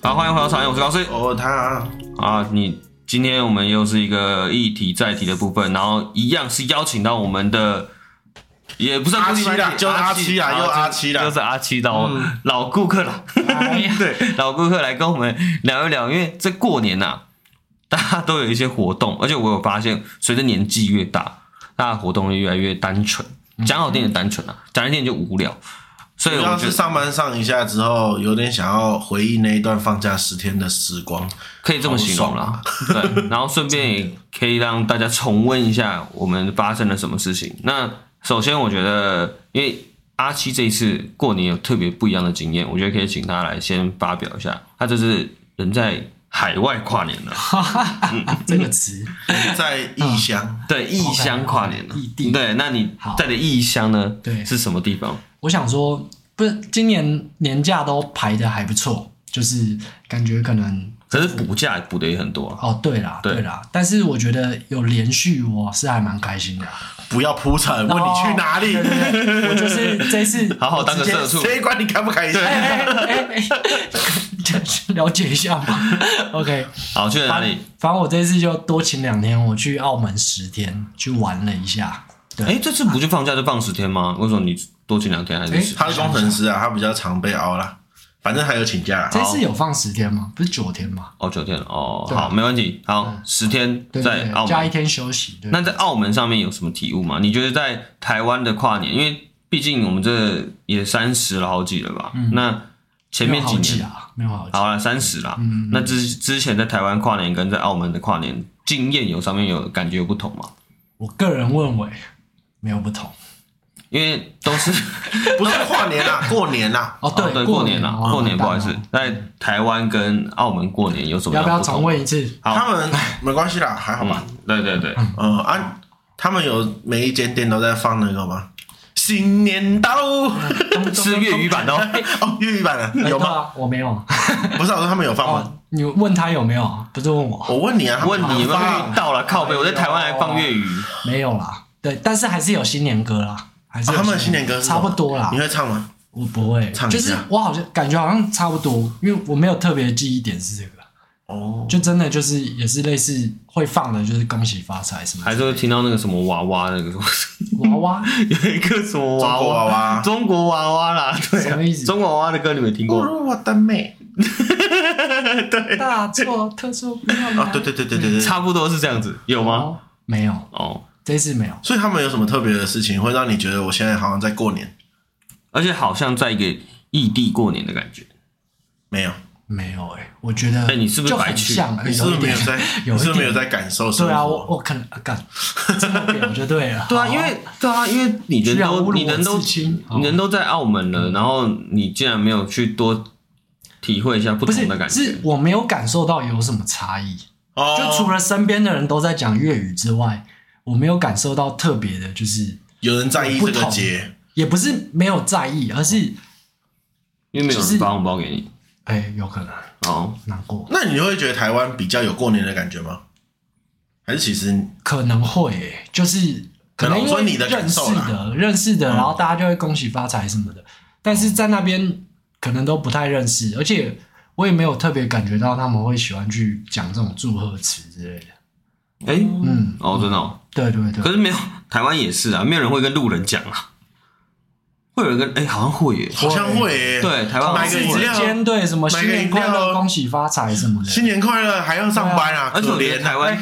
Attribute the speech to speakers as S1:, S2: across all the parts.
S1: 好，欢迎回到场，我是高斯
S2: 哦，他
S1: 啊。你今天我们又是一个一题再题的部分，然后一样是邀请到我们的，也不是
S2: 阿七啦
S1: 不
S2: 就是阿七啦
S1: 啊
S2: 又
S1: 就
S2: 阿七啦
S1: 就是阿七的哦老顾客了。 对，老顾客来跟我们聊一聊，因为这过年呐、大家都有一些活动，而且我有发现，随着年纪越大，大家活动越来越单纯。讲好听点单纯啊，讲难听点就无聊。所以
S2: 主
S1: 我
S2: 要
S1: 觉
S2: 是
S1: 得
S2: 上班上一下之后，有点想要回忆那一段放假十天的时 光。
S1: 可以这么形容啦。
S3: 啊
S1: 对，然后顺便也可以让大家重温一下我们发生了什么事情。那首先，我觉得因为阿七这一次过年有特别不一样的经验，我觉得可以请他来先发表一下。他这次人在海外跨年了，
S3: 啊这个词，
S2: 在异乡，
S1: 对，异乡跨年了，
S3: 异地
S1: 对，那你在的异乡呢？
S3: 对
S1: 是什么地方？
S3: 我想说，不是今年年假都排的还不错，就是感觉可能
S1: 可是补假补的也很多啊。
S3: 哦，对啦，
S1: 对
S3: 对啦，但是我觉得有连续，我是还蛮开心的。啊
S2: 不要铺陈，
S1: 哦
S2: 问你去哪里，
S3: 我就是这次
S1: 好好哦当个社畜
S2: 谁管你开不开心？
S3: 哎哎哎哎了解一下嘛。OK，
S1: 好，去了 哪里？
S3: 反正我这次就多请两天，我去澳门十天去玩了一下。对，
S1: 哎，这次不就放假就放十天吗？为什么你多请两天还是
S3: 哎
S1: 十？
S2: 他是工程师啊，他比较常被熬啦。反正还有请假，
S3: 这次有放十天吗？不是九天吗？
S1: 哦，九天了哦，
S3: 对嗯
S1: 好，没问题。好，十天
S3: 对对
S1: 在澳
S3: 对，加一
S1: 门。
S3: 天休息。对
S1: 那在澳门上面有什么体悟吗？你觉得在台湾的跨年，因为毕竟我们这也三十了好几了吧？那前面几
S3: 嗯没有好记
S1: 年
S3: 啊，嗯没有好记。
S1: 好了，三十啦。那之之前在台湾跨年跟在澳门的跨年经验有上面有感觉有不同吗？
S3: 我个人认为没有不同。
S1: 因为都 是
S2: 不是跨 年啦，过年啦，
S3: 哦，
S1: 哦对
S3: 过哦
S1: 过年啦，过年不好意思，在台湾跟澳门过年有什么
S3: 要
S1: 样
S3: 不要
S1: 不同
S3: 重？问 一次？
S1: 好
S2: 他们没关系啦，还好吧。
S1: 嗯，对对对，
S2: 嗯啊，他们有每一间店都在放那个吗？新年到 哦，
S1: 是粤语版的哦。
S2: 粤语 版的有
S3: 有
S2: 吗？
S3: 吗？哎啊我没有。
S2: 不是啊，我说他们有放吗？
S3: 哦，你问他有没有？不是问我，
S2: 我问你啊，他
S1: 哦问
S2: 们
S1: 你有没有
S2: 放
S1: 遇到了靠背？我在台湾还放粤语，
S3: 没有啦。对，但是还是有新年歌啦，还是有
S2: 啊他们的新年歌是什
S3: 差
S2: 么
S3: 不多啦
S2: 你。会唱吗？
S3: 我不会，
S2: 唱一下
S3: 就是我好像感觉好像差不多，因为我没有特别的记忆点是这个，
S2: 哦，
S3: 就真的就是也是类似会放的，就是恭喜发财什么
S1: 还是会听到那个什么娃娃那个什么，
S3: 娃娃，
S1: 有一个什么娃
S2: 中国娃娃
S1: 中国娃哦娃啦，对啊，
S3: 什么意思
S1: 中国娃娃的歌你没听
S3: 哦
S1: 过？
S2: 我的妹
S3: 大错特错不要
S2: 啊
S3: 来！
S2: 对对对对
S3: 嗯
S2: 对对。
S1: 差不多是这样子，有吗？
S3: 哦，没有，
S1: 哦，
S3: 这次没有。
S2: 所以他们有什么特别的事情会让你觉得我现在好像在过年？
S1: 而且好像在一个异地过年的感觉。
S2: 没有，
S3: 没有哎、我觉得
S1: 哎你是不是
S3: 就很
S1: 白去
S3: 像
S2: 你是不是
S3: 有一
S2: 没
S3: 点
S2: 有在？
S3: 有
S2: 你
S3: 一
S2: 是不是
S3: 点
S2: 没有在感受生
S3: 对
S2: 活？
S3: 啊，我我可能啊干，这么表就对了。
S1: 对啊，因为对啊，因为你人
S3: 居然侮辱
S1: 都
S3: 我
S1: 你人都
S3: 至亲
S1: 你人都在澳门了，然后你竟然没有去多体会一下不
S3: 不是
S1: 同的感觉
S3: 是，我没有感受到有什么差异，
S2: 哦，
S3: 就除了身边的人都在讲粤语之外，我没有感受到特别的，就是
S2: 有人在意这个节，
S3: 也不是没有在意，而是
S1: 因为没有
S3: 就
S1: 人
S3: 是
S1: 发红包给你。
S3: 哎、有可能
S1: 哦，
S3: 难过，
S2: 那你会觉得台湾比较有过年的感觉吗？还是其实
S3: 可能会、哎就是可能
S2: 可能
S3: 因
S2: 我说
S3: 为
S2: 你的感
S3: 认识
S2: 受啦
S3: 的认识
S1: 嗯
S3: 的，然后大家就会恭喜发财什么的，但是在那边可能都不太认识，而且我也没有特别感觉到他们会喜欢去讲这种祝贺词之类的。
S1: 哎，
S3: 嗯，
S1: 哦，真的哦，
S3: 对对
S1: 可
S3: 对，
S1: 是没有台湾也是啊，没有人会跟路人讲啊，会有人跟哎，好像会耶，
S2: 好像会
S3: 哎
S2: 耶、
S1: 对，台湾好
S2: 买个
S1: 像
S2: 饮
S1: 会
S2: 料。
S3: 之啊间对什么
S2: 买
S3: 新
S2: 个
S3: 年
S2: 饮
S3: 快
S2: 料
S3: 乐、恭喜发财什么的，
S2: 新年快乐，还要上班啊，
S1: 而且
S2: 可
S1: 我觉
S2: 怜
S1: 得
S2: 啊！
S1: 台湾，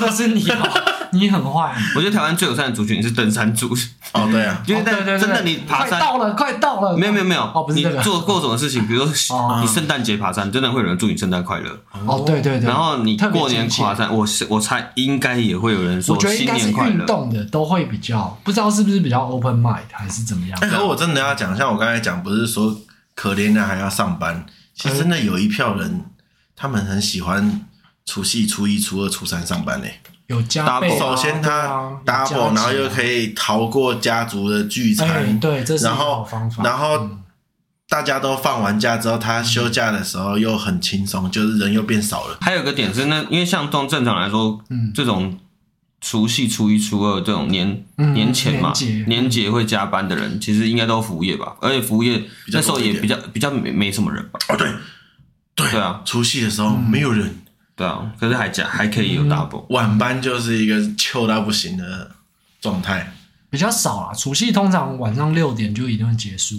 S3: 这是 你哦，你很坏。
S1: 我觉得台湾最友善的族群是登山族，
S2: 哦，对啊，
S1: 因为
S3: 哦对
S1: 在
S3: 对对
S1: 真的你爬
S3: 快
S1: 山，
S3: 到了，快到了，
S1: 没有没有没有，
S3: 哦，不是
S1: 你
S3: 这个，
S1: 做过什么事情？比如说
S3: 哦
S1: 你圣诞节爬山，真的会有人祝你圣诞快乐。
S3: 哦对对对，
S1: 然后你
S3: 特别
S1: 过年
S3: 亲切
S1: 跨山，我是我猜应该也会有人
S3: 我
S1: 说
S3: 觉得应
S1: 新
S3: 该是
S1: 年快
S3: 运
S1: 乐。
S3: 动的都会比较，不知道是不是比较 open mind 还是怎么样
S2: 哎，。可我真的要讲，像我刚才讲，不是说可怜的还要上班，其实真的有一票人，他们很喜欢除夕、初一、初二、初三上班嘞。
S3: 有加倍
S1: Double
S2: 首
S3: 啊，
S2: 先他 double，然后又
S3: 以
S2: 可以逃过家族的聚餐，
S3: 哎对，这是一个
S2: 然
S3: 好
S2: 后
S3: 方法。
S2: 然后
S3: 嗯
S2: 大家都放完假之后，他休假的时候又很轻松，就是人又变少了。
S1: 还有一个点是那，因为像通正常来说，
S3: 嗯
S1: 这种除夕、初一、初二这种年、
S3: 嗯
S1: 年前嘛
S3: 年节，
S1: 年节会加班的人，其实应该都服务业吧，而且服务业
S2: 比较
S1: 那时候
S2: 多一
S1: 也
S2: 点
S1: 比较比较没没什么人吧。
S2: 哦，对，对
S1: 对啊，
S2: 除夕的时候没有人，
S1: 对啊，可是还假还可
S3: 嗯
S1: 以有 double，
S2: 晚班就是一个糗到不行的状态。
S3: 比较少啊。除夕通常晚上六点就一定会结束，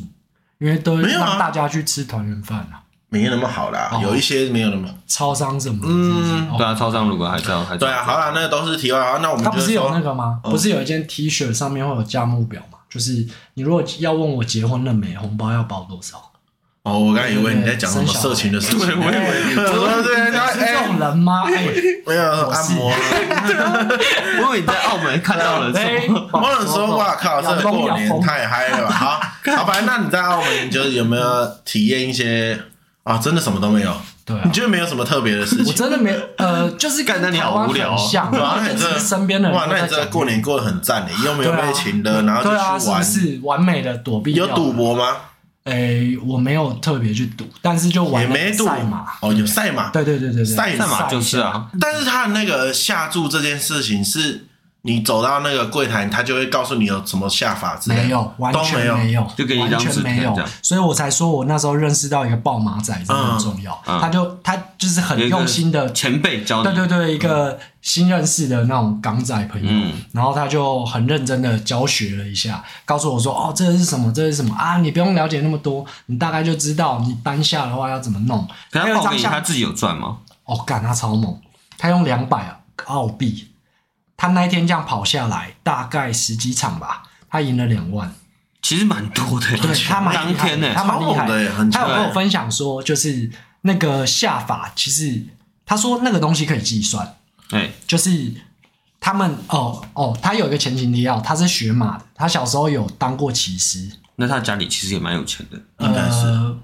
S3: 因为都
S2: 没有啊
S3: 让大家去吃团圆饭啊，
S2: 没有那么好啦，
S3: 哦
S2: 有一些没有那么。
S3: 超商什么的。是不是
S2: 嗯
S3: 哦
S1: 对啊，超商如果还在还在
S2: 对啊，好啦，那个都是题外话。那我们
S3: 它
S2: 就
S3: 不是有
S2: 说
S3: 那个吗？
S2: 嗯
S3: 不是有一件 T 恤上面会有价目表吗？就是你如果要问我结婚了没，红包要包多少？
S2: 哦，我刚才以为你在讲什么
S3: 生小孩
S2: 色情的事情，
S1: 对我以为
S2: 我说对，他
S3: 是这
S2: 哎
S3: 种，人吗？ 哎，
S2: 没有
S3: 我
S2: 按
S3: 是
S2: 摩啊。
S1: 我以为你在澳门看到了
S3: 哎
S1: 什么，
S2: 我有说，哇靠，这个过年太嗨了吧！好，好，反正那你在澳门，你就是有没有体验一些啊？真的什么都没有，
S3: 对啊
S2: 你，觉得没有什么特别的事
S3: 我
S2: 情？
S3: 真的没呃，就是跟
S1: 干那你好
S3: 台湾
S1: 无聊哦
S3: 很像，啊
S2: 哇，啊那你
S3: 就
S2: 这
S3: 是身边的人
S2: 哇，
S3: 都
S2: 那
S3: 在
S2: 你这
S3: 讲
S2: 过年过得很赞的，又没有
S3: 对啊
S2: 被请的，然后就
S3: 对啊，
S2: 去
S3: 是不
S2: 玩。
S3: 是完美的躲避掉
S2: 有
S3: 了
S2: 赌？博吗？
S3: 哎，我没有特别去赌，但是就
S2: 也
S3: 玩那个
S2: 没赌
S3: 赛马。
S2: 哦，有赛马，
S3: 对对对对对，
S2: 赛
S1: 赛马就是
S3: 赛一下，
S1: 啊，
S2: 但是他的那个下注这件事情是。你走到那个柜台，他就会告诉你有什么下法之类的，
S3: 没有，完
S2: 都
S3: 全
S2: 没有。
S3: 有，
S1: 就给你一张
S3: 完
S1: 纸
S3: 全没
S1: 片
S3: 有
S1: 这样，
S3: 所以我才说我那时候认识到一个爆马仔真的很重要，
S1: 嗯嗯
S3: 他就他就是很用心的，
S1: 前辈教你，
S3: 对对对，一个新认识的那种港仔朋友，
S1: 嗯
S3: 然后他就很认真的教学了一下，告诉我说哦，这是什么，这是什么啊，你不用了解那么多，你大概就知道你单下的话要怎么弄。
S1: 可
S3: 还
S1: 他
S3: 有一
S1: 报
S3: 张
S1: 给你，
S3: 相
S1: 他自己有赚吗？
S3: 哦，干他超猛，他用两百澳币，他那一天这样跑下来大概十几场吧，他赢了两万，
S1: 其实蛮多的，
S3: 对他蛮
S1: 当
S3: 厉害
S1: 天
S3: 的
S1: 呢，
S3: 他蛮厉害
S2: 超猛的耶很哎
S3: 他有
S1: 强
S3: 跟我
S1: 耶
S3: 分享说，就是那个下法，其实他说那个东西可以计算，
S1: 哎，
S3: 就是他们哦哦，他有一个前情提要，他是学马的，他小时候有当过骑师，
S1: 那他家里其实也蛮有钱的，
S2: 应该是
S3: 呃，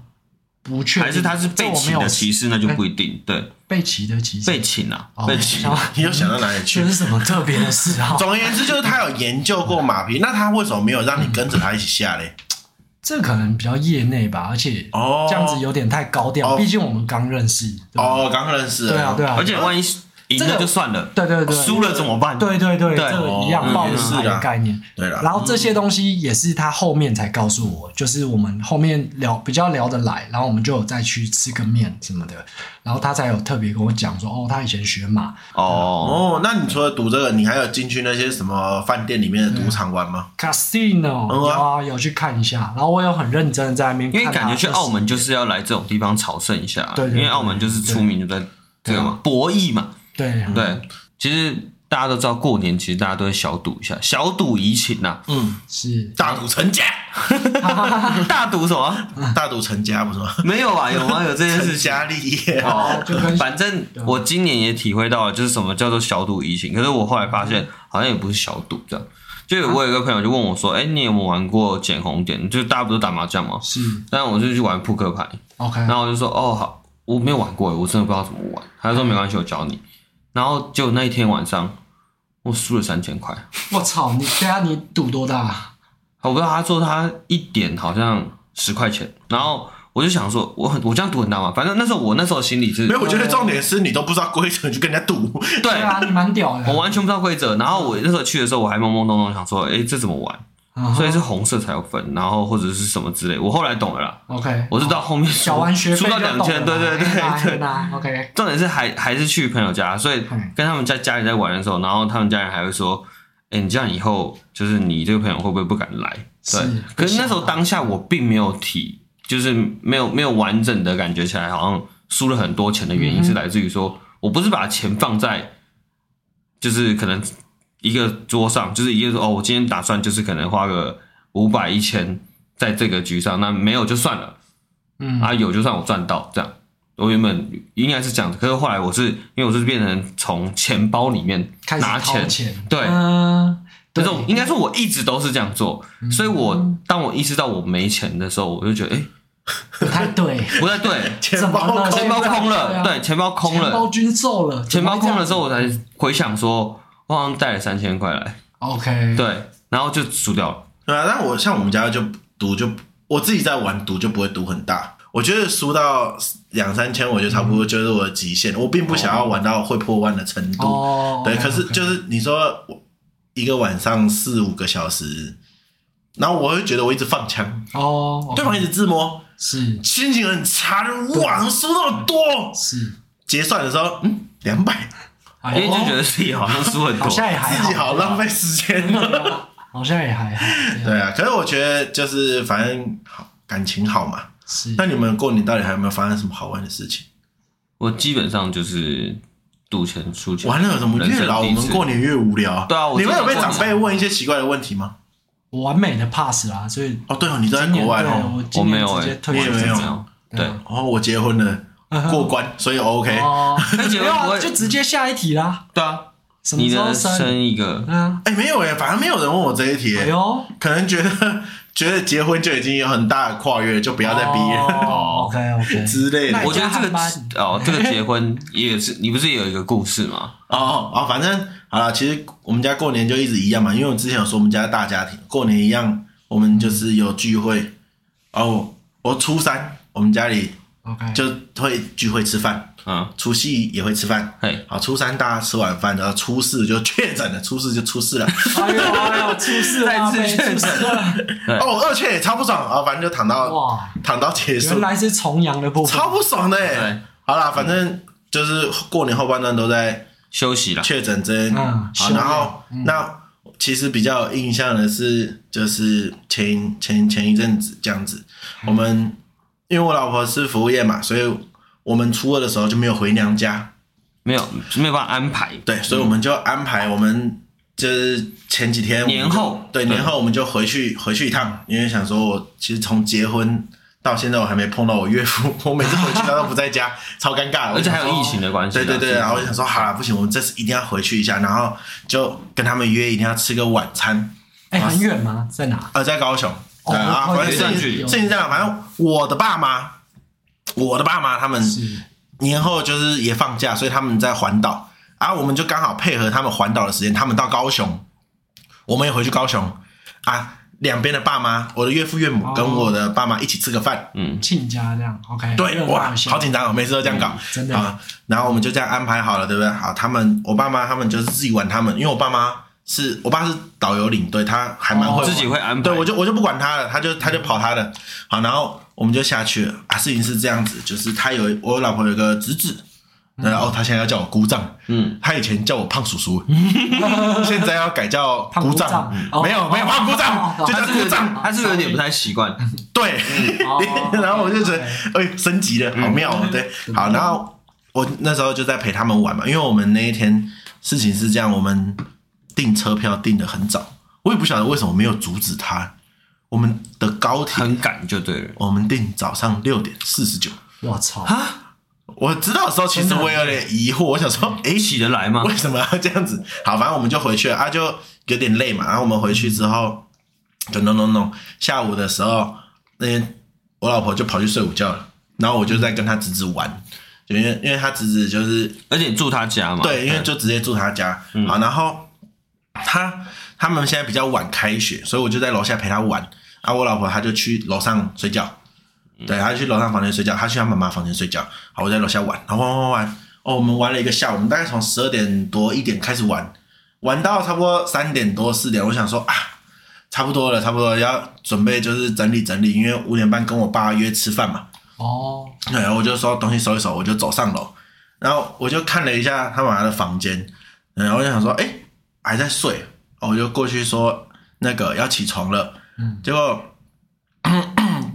S3: 不确定，
S1: 还是他是
S3: 这
S1: 被
S3: 我没
S1: 请
S3: 有
S1: 的骑士，那就不一定，对，
S3: 被骑的骑
S1: 被
S3: 师，
S1: 请啊，
S3: 哦
S1: 被请
S3: 想
S1: 啊，
S2: 你有想到哪里去
S3: 这？是什么特别的啊 嗜好？
S2: 总而言之，就是他有研究过马匹，那他为什么没有让你跟着他一起下嘞？
S3: 这可能比较业内吧，而且
S2: 哦
S3: 嗯这样子有点太高调，
S2: 哦
S3: 毕竟我们刚认识。对吧，
S2: 哦，刚认识，
S3: 对啊，对，啊，
S1: 而且万一赢
S3: 这
S1: 了
S3: 个
S1: 就算了，
S3: 对对对，
S1: 输了怎么办？
S3: 对对
S1: 对
S3: 对，这个一
S2: 哦
S3: 样报名
S2: 嗯
S3: 牌
S2: 是的
S3: 的概念。
S2: 对啦
S3: 然后这些东西也是他后面才告诉我，就是我们后面聊比较聊得来，然后我们就有再去吃个面什么的，然后他才有特别跟我讲说，哦，他以前学马，嗯
S1: 哦，
S2: 哦，那你除了赌这个，你还有进去那些什么饭店里面的赌场玩吗？
S3: casino
S2: 嗯
S3: 有
S2: 啊
S3: 啊，有去看一下，然后我有很认真的在那边
S1: 因
S3: 看，
S1: 为感觉去澳，门就是要来这种地方朝圣一下，啊
S3: 对对对啊嗯
S1: 因为澳门就是出名就在这个嘛，博弈嘛，
S3: 对
S1: 对，其实大家都知道过年其实大家都会小赌一下，小赌怡情啊呐，
S2: 嗯，
S3: 是
S2: 大赌成家，
S1: 大赌什么？
S3: 嗯
S2: 大赌成家不是 吗？
S1: 没有啊，有吗？有这件
S2: 成
S1: 事情。
S2: 家立业，
S1: 哦
S3: 就跟，
S1: 反正
S2: 嗯
S1: 我今年也体会到了，就是什么叫做小赌怡情。可是我后来发
S2: 嗯
S1: 现，好像也不是小赌这样。就有我有一个朋友就问我
S2: 嗯
S1: 说：“哎、你有没有玩过捡红点？就是大家不是打麻将吗？
S3: 是
S1: 但我就去玩扑克牌，
S3: OK，
S2: 嗯
S1: 然后我就说：哦，好，我没有玩过，我真的不知道怎么玩。他就说没关系，我教你。然后就那一天晚上，我输了三千块。
S3: 我操，你对啊，你赌多大？
S1: 我不知道他说他一点好像十块钱，然后我就想说，我很我这样赌很大吗？反正那时候我那时候心里是
S2: 没有，我觉得重点是你都不知道规则，你就跟人家赌，
S1: 对
S3: 对啊，你蛮屌的。
S1: 我完全不知道规则。然后我那时候去的时候，我还懵懵懂懂想说，哎、这怎么玩？
S3: 嗯哼
S1: 所以是红色才有分，然后或者是什么之类。我后来懂了啦，
S3: OK，
S1: 我是到后面输
S3: 小完学费
S1: 输到
S3: 就
S1: 两
S3: 懂
S1: 千，
S3: 了
S1: 对对
S3: 哎呀
S1: 对
S3: 哎
S1: 对。
S3: 呀 OK，
S1: 重点是还还是去朋友家，所以
S3: 嗯
S1: 跟他们在家里在玩的时候，然后他们家人还会说。哎、你这样以后就是你这个朋友会不会不敢来？对
S3: 是，
S1: 可是那时候
S3: 不想啊
S1: 当下我并没有体，就是没有没有完整的感觉起来，好像输了很多钱的
S3: 嗯
S1: 原因是来自于说，我不是把钱放在就是可能一个桌上，就是一个说哦，我今天打算就是可能花个五百一千在这个局上，那没有就算了，
S3: 嗯
S1: 啊有就算我赚到这样。我原本应该是这样子，可是后来我是因为我是变成从钱包里面
S3: 开始
S1: 拿
S3: 掏
S1: 钱，
S3: 钱，
S1: 对
S3: 嗯，
S1: 这
S3: 对嗯
S1: 种应该说我一直都是这样做，所以我当我意识到我没钱的时候，我就觉得哎、诶
S3: 不太对，
S1: 不太对，
S2: 钱
S3: 怎么
S2: 包
S3: 了
S1: 钱包空
S3: 对
S1: 了，
S3: 啊
S1: 对，钱包空
S3: 钱包
S1: 了，
S3: 均售了，
S1: 钱包空了之
S3: 怎
S1: 后，
S3: 么
S1: 我才回想说，我好像带了三千块来，
S3: 会这样 OK，
S1: 对，然后就输掉了。
S2: 对啊，但我像我们家就赌就我自己在玩赌就不会赌很大，我觉得输到两三千我就差不
S3: 嗯
S2: 多就是我的极限，我并不想要玩到会破万的程度。
S3: 哦，
S2: 对，
S3: OK，
S2: 可是
S3: OK
S2: 就是你说我一个晚上四五个小时，然后我会觉得我一直放枪，
S3: 哦，OK，
S2: 对方一直自摸，
S3: 是
S2: 心情很差，就哇，怎么输那么多？
S3: 是，
S2: 结算的时候，嗯，两百，
S3: 哎
S1: 因为
S3: 呦
S1: 就觉得自己好像输很多
S3: 哦好，像也还
S2: 自己
S3: 好，
S2: 好浪费时
S3: 哎
S2: 间。
S3: 好像也还好，
S2: 对啊，可是我觉得就是反正好感情好嘛。
S1: 嗯
S3: 是
S2: 那你们过年到底还有没有发生什么好玩的事情？
S1: 我基本上就是赌钱输钱。
S2: 完了，怎么
S1: 人
S2: 越
S1: 生
S2: 老我
S1: 第一
S2: 们
S1: 次
S2: 过年越无聊啊？
S1: 对啊我
S2: 你们有
S1: 真的
S2: 被
S1: 过
S2: 长
S1: 年
S2: 辈问一些奇怪的问题吗？
S3: 我完美的 pass 啦，所以
S2: 哦，对哦，你都在国外
S3: 对
S2: 哦。
S3: 我
S1: 我
S3: 今
S1: 没
S3: 年
S1: 有哎、
S3: 直接
S1: 我
S3: 退
S2: 你
S1: 也
S2: 也
S3: 学
S2: 没
S1: 没
S2: 有
S1: 有。对，
S3: 嗯
S2: 哦，我结婚了，
S1: 嗯
S2: 过关，所以 OK。
S3: 哦，
S1: 那结
S3: 没
S1: 婚
S3: 有
S1: 不会
S3: 啊，就直接下一题啦，
S1: 对啊，
S3: 什么
S1: 你
S3: 时候
S1: 的
S3: 生？
S1: 生一个，
S3: 对啊，
S2: 哎，没有哎，反正没有人问我这一题
S3: 哎
S2: 耶，
S3: 呦，
S2: 可能觉得 觉得结婚就已经有很大的跨越，就不要再逼
S1: 哦
S2: 了
S3: OK OK，
S2: 之类的
S3: 那。
S1: 我觉得这
S3: 加班
S1: 个哦， 这个结婚也是，你不是也有一个故事吗？
S2: 哦哦哦，反正好了，其实我们家过年就一直一样嘛，因为我之前有说我们家大家庭过年一样，我们就是有聚会。哦，我初三我们家里
S3: OK，
S2: 就会聚会吃饭，
S1: 嗯，
S2: 除夕也会吃饭。
S1: 嘿，
S2: 好，初三大家吃完饭，然后初四就确诊了，初四就出事了。
S3: 哎呦哎呦，出事了，
S1: 再
S3: 被
S1: 次
S3: 出事了，
S2: 哦，我二确也超不爽啊，哦反正就躺到
S3: 哇，
S2: 躺到结束
S3: 原，来是重阳的部分，
S2: 超不爽的
S1: 对
S2: 欸。好啦，反正就是过年后半段都在
S1: 休息啦。
S2: 确诊针，
S3: 嗯
S2: 好，
S3: 休养嗯
S2: 然后、那其实比较有印象的是，就是前前前一阵子这样子，
S3: 嗯
S2: 我们因为我老婆是服务业嘛，所以我们初二的时候就没有回娘家，
S1: 没有没有办法安排，
S2: 对，所以我们就安排我们就是前几天我们就
S1: 年后嗯
S2: 对
S1: 对
S2: 年后我们就回去回去一趟，因为想说我其实从结婚。到现在我还没碰到我岳父， 我每次回去他都不 在家，超尴尬的。
S1: 而且还
S2: 我想说
S1: 有疫情的关系啊。
S2: 对对对，
S1: 是
S2: 然后我就想说，好了，不行，我们这次一定要回去一下，然后就跟他们约，一定要吃个晚餐。
S3: 哎，很远吗？在哪？
S2: 呃，在高雄，对啊，
S3: 哦
S2: 反正
S1: 有点
S2: 事
S1: 距离
S2: 情事情这样，反正我的爸妈，我的爸妈他们
S3: 是
S2: 年后就是也放假，所以他们在环岛，然后我们就刚好配合他们环岛的时间，他们到高雄，我们也回去高雄啊。两边的爸妈，我的岳父岳母跟我的爸妈一起吃个饭，
S1: 哦嗯，
S3: 亲家这样，OK，
S2: 对，
S3: 热闹
S2: 哇
S3: 一，下
S2: 好紧张哦，每次都这样搞，
S3: 真的
S2: 啊。然后我们就这样安排好了，对不对？好，他们我爸妈他们就是自己玩他们，因为我爸妈是我爸是导游领队，他还蛮会玩
S1: 哦自己会安排。嗯
S2: 对我就我就不管他了，他就他就跑他的。好，然后我们就下去了啊。事情是这样子，就是他有我老婆有个侄子。然后、哦、他现在要叫我姑丈，
S1: 嗯，
S2: 他以前叫我胖叔 叔，现在要改叫
S3: 胖姑
S2: 姑丈
S3: 丈，哦
S2: 没有没有胖姑丈，就叫
S1: 哦他是
S2: 姑
S1: 有
S2: 丈
S1: 点，，他是有点不太习惯。
S2: 对，
S3: 哦
S2: 然后我就觉得
S3: OK，
S2: 哎，升级了，好妙哦，对，
S3: 嗯
S2: 好，然后我那时候就在陪他们玩嘛，因为我们那一天事情是这样，我们订车票订的很早，我也不晓得为什么没有阻止他，我们的高铁
S1: 很赶就对了。
S2: 我们订早上六点四十九，
S3: 我操，
S2: 我知道的时候其实我有点疑惑，我想说，
S3: 嗯
S2: 哎，
S1: 起得来吗？
S2: 为什么要这样子？ 好，反正我们就回去了啊，就有点累嘛。然后我们回去之后，就弄弄弄。下午的时候，那天我老婆就跑去睡午觉了，然后我就在跟她侄子玩，就因为因为她侄子就是
S1: 而且住他家嘛。嗯
S2: 对，因为就直接住她家。好，然后她他们现在比较晚开学，所以我就在楼下陪她玩。啊，我老婆她就去楼上睡觉，
S1: 嗯
S2: 对，她去楼上房间睡觉，她去她妈妈房间睡觉。好，我在楼下玩，然后玩玩玩。哦，我们玩了一个下午，我们大概从十二点多一点开始玩，玩到差不多三点多四点，我想说啊，差不多了，差不多了要准备就是整理整理，因为五点半跟我爸约吃饭嘛。
S3: 哦，
S2: 对，我就说东西收一收，我就走上楼，然后我就看了一下他妈妈的房间，然后我就想说，哎，还在睡，哦我就过去说那个要起床了，
S3: 嗯，
S2: 结果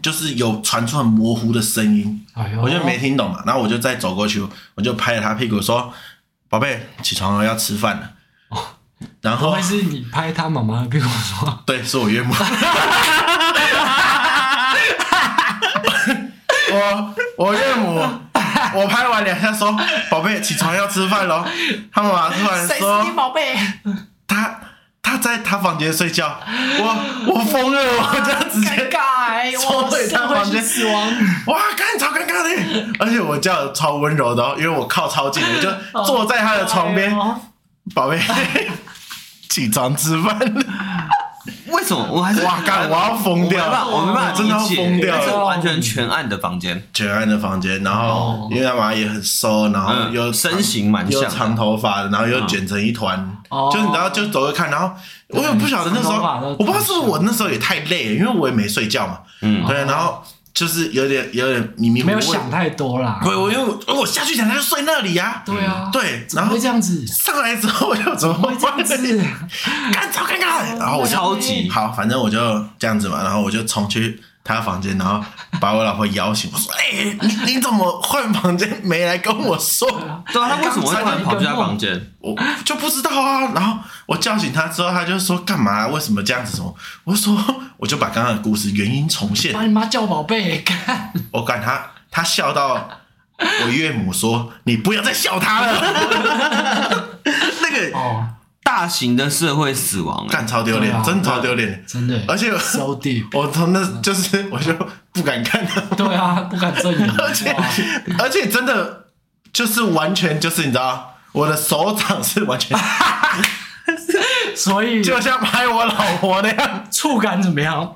S2: 就是有传出很模糊的声音，
S3: 哎呦，
S2: 我就没听懂嘛，然后我就再走过去，我就拍了他屁股说，宝贝，起床了，要吃饭了，然
S3: 不
S2: 后
S3: 会是你拍他妈妈的屁股说，
S2: 对，是我岳母。 我我岳母，我拍完两下说：“宝贝，起床要吃饭喽。”他妈妈突然说
S3: 哎宝贝？：“
S2: 他他在他房间睡觉。我”我疯了，我就 直接
S3: 尬哎
S2: 冲回他房间
S3: 死亡，
S2: 哇，干超尴尬的，而且我叫得超温柔的、哦，因为我靠超近， 我就坐在他的床边
S3: 哦哎，呦
S2: 宝贝， 起床吃饭了。
S1: 为什么我还是
S2: 哇，干，我要疯掉
S1: 我没办
S2: 了
S1: 法，，我没办法
S2: 真的要
S1: 理解
S2: 疯掉了
S1: 那。是完全全暗的房间，
S2: 全安的房间，然后
S3: 哦
S2: 因为他妈也很瘦，然后
S1: 嗯
S2: 又长
S1: 身形蛮
S2: 又
S1: 像
S2: 长
S1: 的。
S2: 头发的，然后又卷成一团，
S3: 哦
S2: 就你知道就走着看，然后我也不晓得那时候，
S3: 长头发都
S2: 我不知道是不是我那时候也太累了，因为我也没睡觉嘛，
S1: 嗯
S2: 对，然后就是有点有点迷迷糊糊。
S3: 没有想太多啦。
S2: 我，我因为我我下去讲他就睡那里呀、
S3: 对啊，，
S2: 对，
S3: 怎
S2: 然
S3: 么
S2: 后
S3: 会这样子？
S2: 上来之后我就怎么
S3: 怎么会这样子？
S2: 干超尴尬，然后我就
S1: 超级
S2: 好，反正我就这样子嘛，然后我就冲去他房间，然后把我老婆摇醒，我说：“ 哎、你你怎么换房间没来跟我说？”
S1: 对
S2: 哎
S1: 啊，他为什么会
S3: 刚才
S1: 突然跑去
S3: 那
S1: 他
S3: 个梦
S1: 房间？
S2: 我就不知道啊。然后我叫醒他之后，他就说干嘛？为什么这样子？什么？我就说我就把刚刚的故事原因重现
S3: 把。你妈叫宝贝，干！
S2: 我管他，他笑到我岳母说：“你不要再笑他了。” 那个
S3: 哦，
S1: 大型的社会死亡、欸，
S2: 干超丢
S3: 对啊
S2: 脸，真的超丢脸。
S3: 真的
S2: 而且我
S3: ，so deep。
S2: 我从那就是我就不敢看他，
S3: 对啊，不敢正眼。
S2: 而且
S3: 哇
S2: 而且真的就是完全就是你知道。我的手掌是完 全
S3: 所以
S2: 就像拍我老婆那样，
S3: 触感怎么样？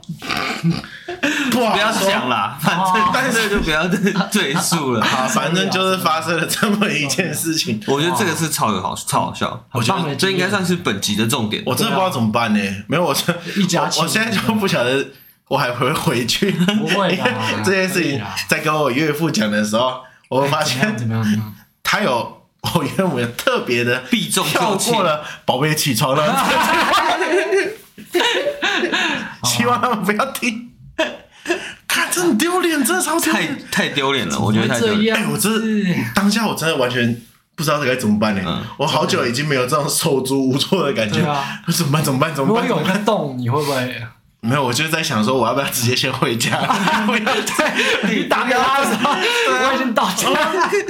S2: 不好
S1: 不要
S2: 说
S1: 讲啦，反
S2: 哦
S1: 正
S3: 哦
S1: 但是就不要再 赘述了。
S2: 啊，反正就是发生了这么一件事情，
S1: 我觉得这个是超有好，超好笑。
S3: 很
S1: 我觉
S3: 棒
S1: 得
S3: 的
S1: 这应该
S3: 经验
S1: 算是本集的重点。
S2: 我真的不知道怎么办呢、没有，我这
S3: 一家亲
S2: 我现在就不晓得我还会回去。
S3: 不会
S2: 因为
S3: 啦，
S2: 这件事
S3: 可以
S2: 情
S3: 啦
S2: 在跟我岳父讲的时候，我发
S3: 怎么样？
S2: 现
S3: 怎么样？怎么样？
S2: 他有 我岳母有特别的
S1: 避重
S2: 跳
S1: 就轻
S2: 过，了“宝贝起床了”， 希望他们不要听。看，真的丢脸，真的超丢
S1: 太
S2: 脸。
S1: 太丢脸了，我觉得太丢
S3: 这
S1: 脸。
S3: 样
S2: 哎、
S3: 子，
S2: 我真的当下我真的完全不知道该怎么办呢、欸
S1: 嗯
S2: 我好久已经没有这种手足无措的感觉，
S3: 对啊
S2: 我怎么办？怎么办？怎
S3: 如
S2: 么
S3: 果
S2: 办？怎么
S3: 有一
S2: 办
S3: 个洞，你会不会？
S2: 没有，我就在想说，我要不要直接先 回家？不要再
S3: 你打给他的时候，我已经到 家了。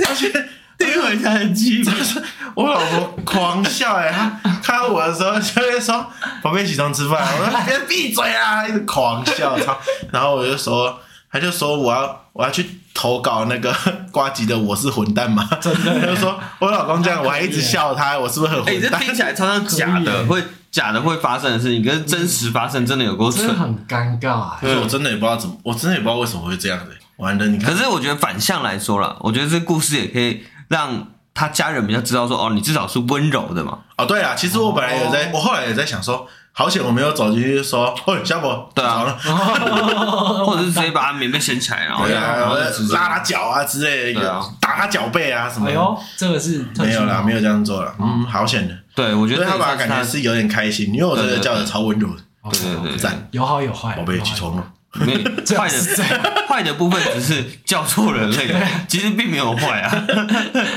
S2: 而且第一回家很鸡巴，就是我老婆狂笑哎、她看到我的时候就会说：“宝贝，起床吃饭。”我说：“别闭嘴啊！”一直狂笑，操！然后我就说，她就说我要我要去投稿那个 瓜吉的我是混蛋嘛，真的，她就说我老公这样，我还一直笑他，我是不是很
S1: 哎，
S2: 混
S1: 这
S2: 蛋？
S1: 听起来超像假
S3: 可以
S1: 的，
S3: 耶
S1: 会假的会发生的事情，跟真实发生真的有够
S3: 真的
S1: 蠢。
S3: 很尴尬、欸。
S2: 可是我真的也不知道怎么，我真的也不知道为什么会这样子、完了，你看
S1: 可，是我觉得反向来说啦，我觉得这故事也可以让他家人比较知道说，哦，你至少是温柔的 嘛。
S2: 哦，对啊，其实我本来有
S1: 哦
S2: 在，我后来也在想说，好险我没有走进去说，喂，小宝，
S1: 对啊
S2: 起床了
S1: 或者是直接把他棉被掀起来，然后
S2: 对啊，
S1: 哦然
S2: 然
S1: 后
S2: 后
S1: 就直接
S2: 拉拉脚啊之类
S1: 对
S2: 的
S1: 啊，
S2: 打他脚背啊什么
S3: 哎
S2: 的。
S3: 呦，这个是啊特
S2: 没有啦，没
S3: 有。
S2: 有这样做了，嗯，好险的。
S1: 对哦我觉
S2: 因为
S1: 得
S2: 他爸
S1: 把
S2: 感觉是有点开心，因为我觉得叫的超温柔的，
S3: 哦
S1: 对对对
S2: 赞，
S3: 有好有坏。
S2: 宝贝起床了。
S1: 没有坏
S3: 这样是这
S1: 的坏的部分只是叫错人类，其实并没有坏啊。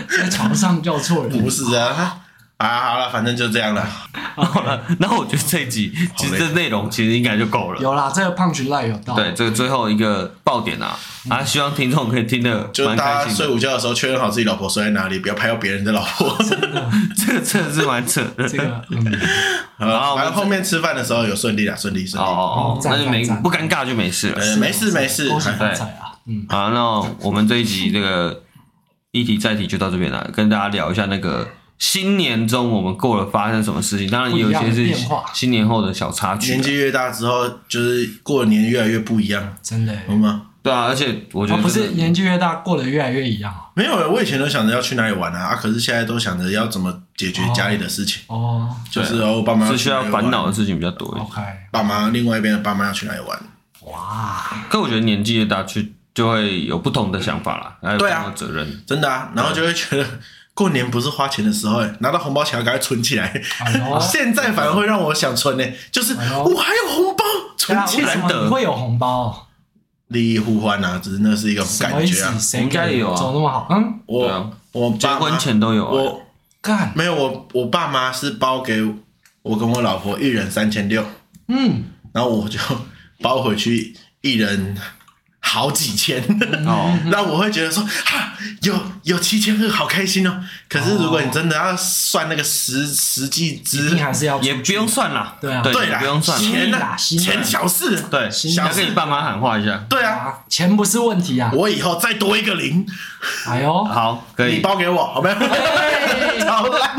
S3: 在床上叫错
S1: 嗯
S3: 人，
S2: 不是啊，啊，好了，反正就这样了。
S1: 好了，那我觉得这一集其实这内容其实应该就够了。
S3: 有啦，这个胖橘赖有到。
S1: 对，这个最后一个爆点啊，啊，希望听众可以听得
S2: 就
S1: 蛮
S2: 大
S1: 开
S2: 家
S1: 心
S2: 睡
S1: 的。
S2: 午觉的时候确认好自己老婆睡在哪里，不要拍到别人的老婆。
S1: 这个真的是蛮扯的。
S3: 这个嗯，
S1: 好
S2: 好，然
S1: 我们
S2: 后后面吃饭的时候有顺利啦，顺利顺利。
S1: 哦哦，哦
S3: 嗯赞
S1: 那就没
S3: 赞赞
S1: 不尴尬就没事了。
S2: 呃，没事没事，
S3: 恭喜
S2: 还
S3: 发财啊！嗯，
S1: 好，那我们这一集这个一题再提就到这边了，跟大家聊一下那个新年中我们过了发生什么事情。当然也有一些
S3: 不一样的
S1: 是
S3: 变化
S1: 新年后的小插曲
S2: 年
S1: 啊，
S2: 纪越大之后，就是过年越来越不一样，
S3: 真的欸。
S2: 懂吗？
S1: 对啊，而且我觉
S3: 哦
S1: 得
S3: 不
S1: 就是
S3: 年纪越大，过得越来越一样啊
S2: 没有，我以前都想着要去哪里玩啊，啊，可是现在都想着要怎么解决家里的事情，
S3: 哦。
S2: 就是哦，爸妈
S1: 是需要
S2: 去哪里玩
S1: 烦恼的，事情比较多一点。
S3: OK，
S2: 爸妈另外一边的爸妈要去哪里玩？
S3: 哇，
S1: 可我觉得年纪越大，去就会有不同的想法啦，还有不
S2: 对啊
S1: 同的责任。
S2: 真的啊，然后就会觉得过年不是花钱的时候、欸，拿到红包钱要赶快存起来。
S3: 哎呦，
S2: 现在反而会让我想存呢、欸就是
S3: 哎呦
S2: 我还有红包
S3: 对啊
S2: 存起
S3: 为
S2: 来
S3: 什，么你会有红包？
S2: 利益互换啊，只是那是一个
S3: 什么
S2: 感
S3: 意
S2: 觉啊
S3: 思？。谁
S1: 我们家也有啊
S3: 走那么好？嗯，
S2: 我、
S1: 对啊
S2: 我
S1: 结
S2: 爸妈
S1: 婚前都有啊
S2: 我
S3: 干，
S2: 没有我我爸妈是包给我跟我老婆一人三千六。
S3: 嗯，
S2: 然后我就包回去一人好几千，
S3: 嗯
S1: 哦，
S2: 那我会觉得说哈有有七千二好开心哦。可是如果你真的要算那个实实际
S3: 一
S2: 值
S3: 定，还是要
S1: 也不用算啦，
S3: 对啊
S2: 对
S1: 也
S2: 啦，
S1: 不用算啦，
S2: 钱
S3: 心意啦
S2: 呐
S3: 心意
S2: 钱小事，
S1: 对，
S3: 心
S1: 要跟你爸妈喊话一下。
S2: 对啊，
S3: 啊，钱不是问题啊。
S2: 我以后再多一个零，
S3: 哎呦，
S1: 好，可
S2: 你
S1: 以。
S2: 包给我好没有？ 超烂，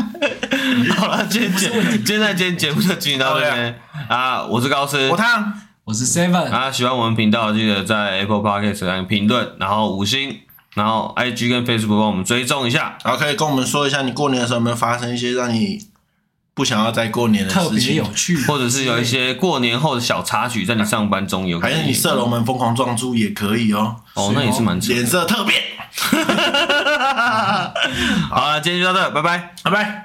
S1: 好了，今天节现在今天节目就进行到这边啊！我是高斯
S2: 我，烫，
S3: 我是 Seven，
S1: 啊，喜欢我们频道，记得在 Apple Podcast 上评论，然后五星，然后 IG 跟 Facebook 帮我们追踪一下。
S2: 然后可以跟我们说一下你过年的时候有没有发生一些让你不想要在过年的
S3: 特
S2: 事
S3: 别
S2: 情
S3: 有，趣，
S1: 或者是有一些过过年后的小插曲，在你上班中有可
S2: 还
S1: 能
S2: 是你射龙门疯狂撞柱也可以哦，
S1: 哦，那也是蛮扯的。
S2: 脸色特变，
S1: 好了，今天就到这，拜拜。
S2: 拜拜。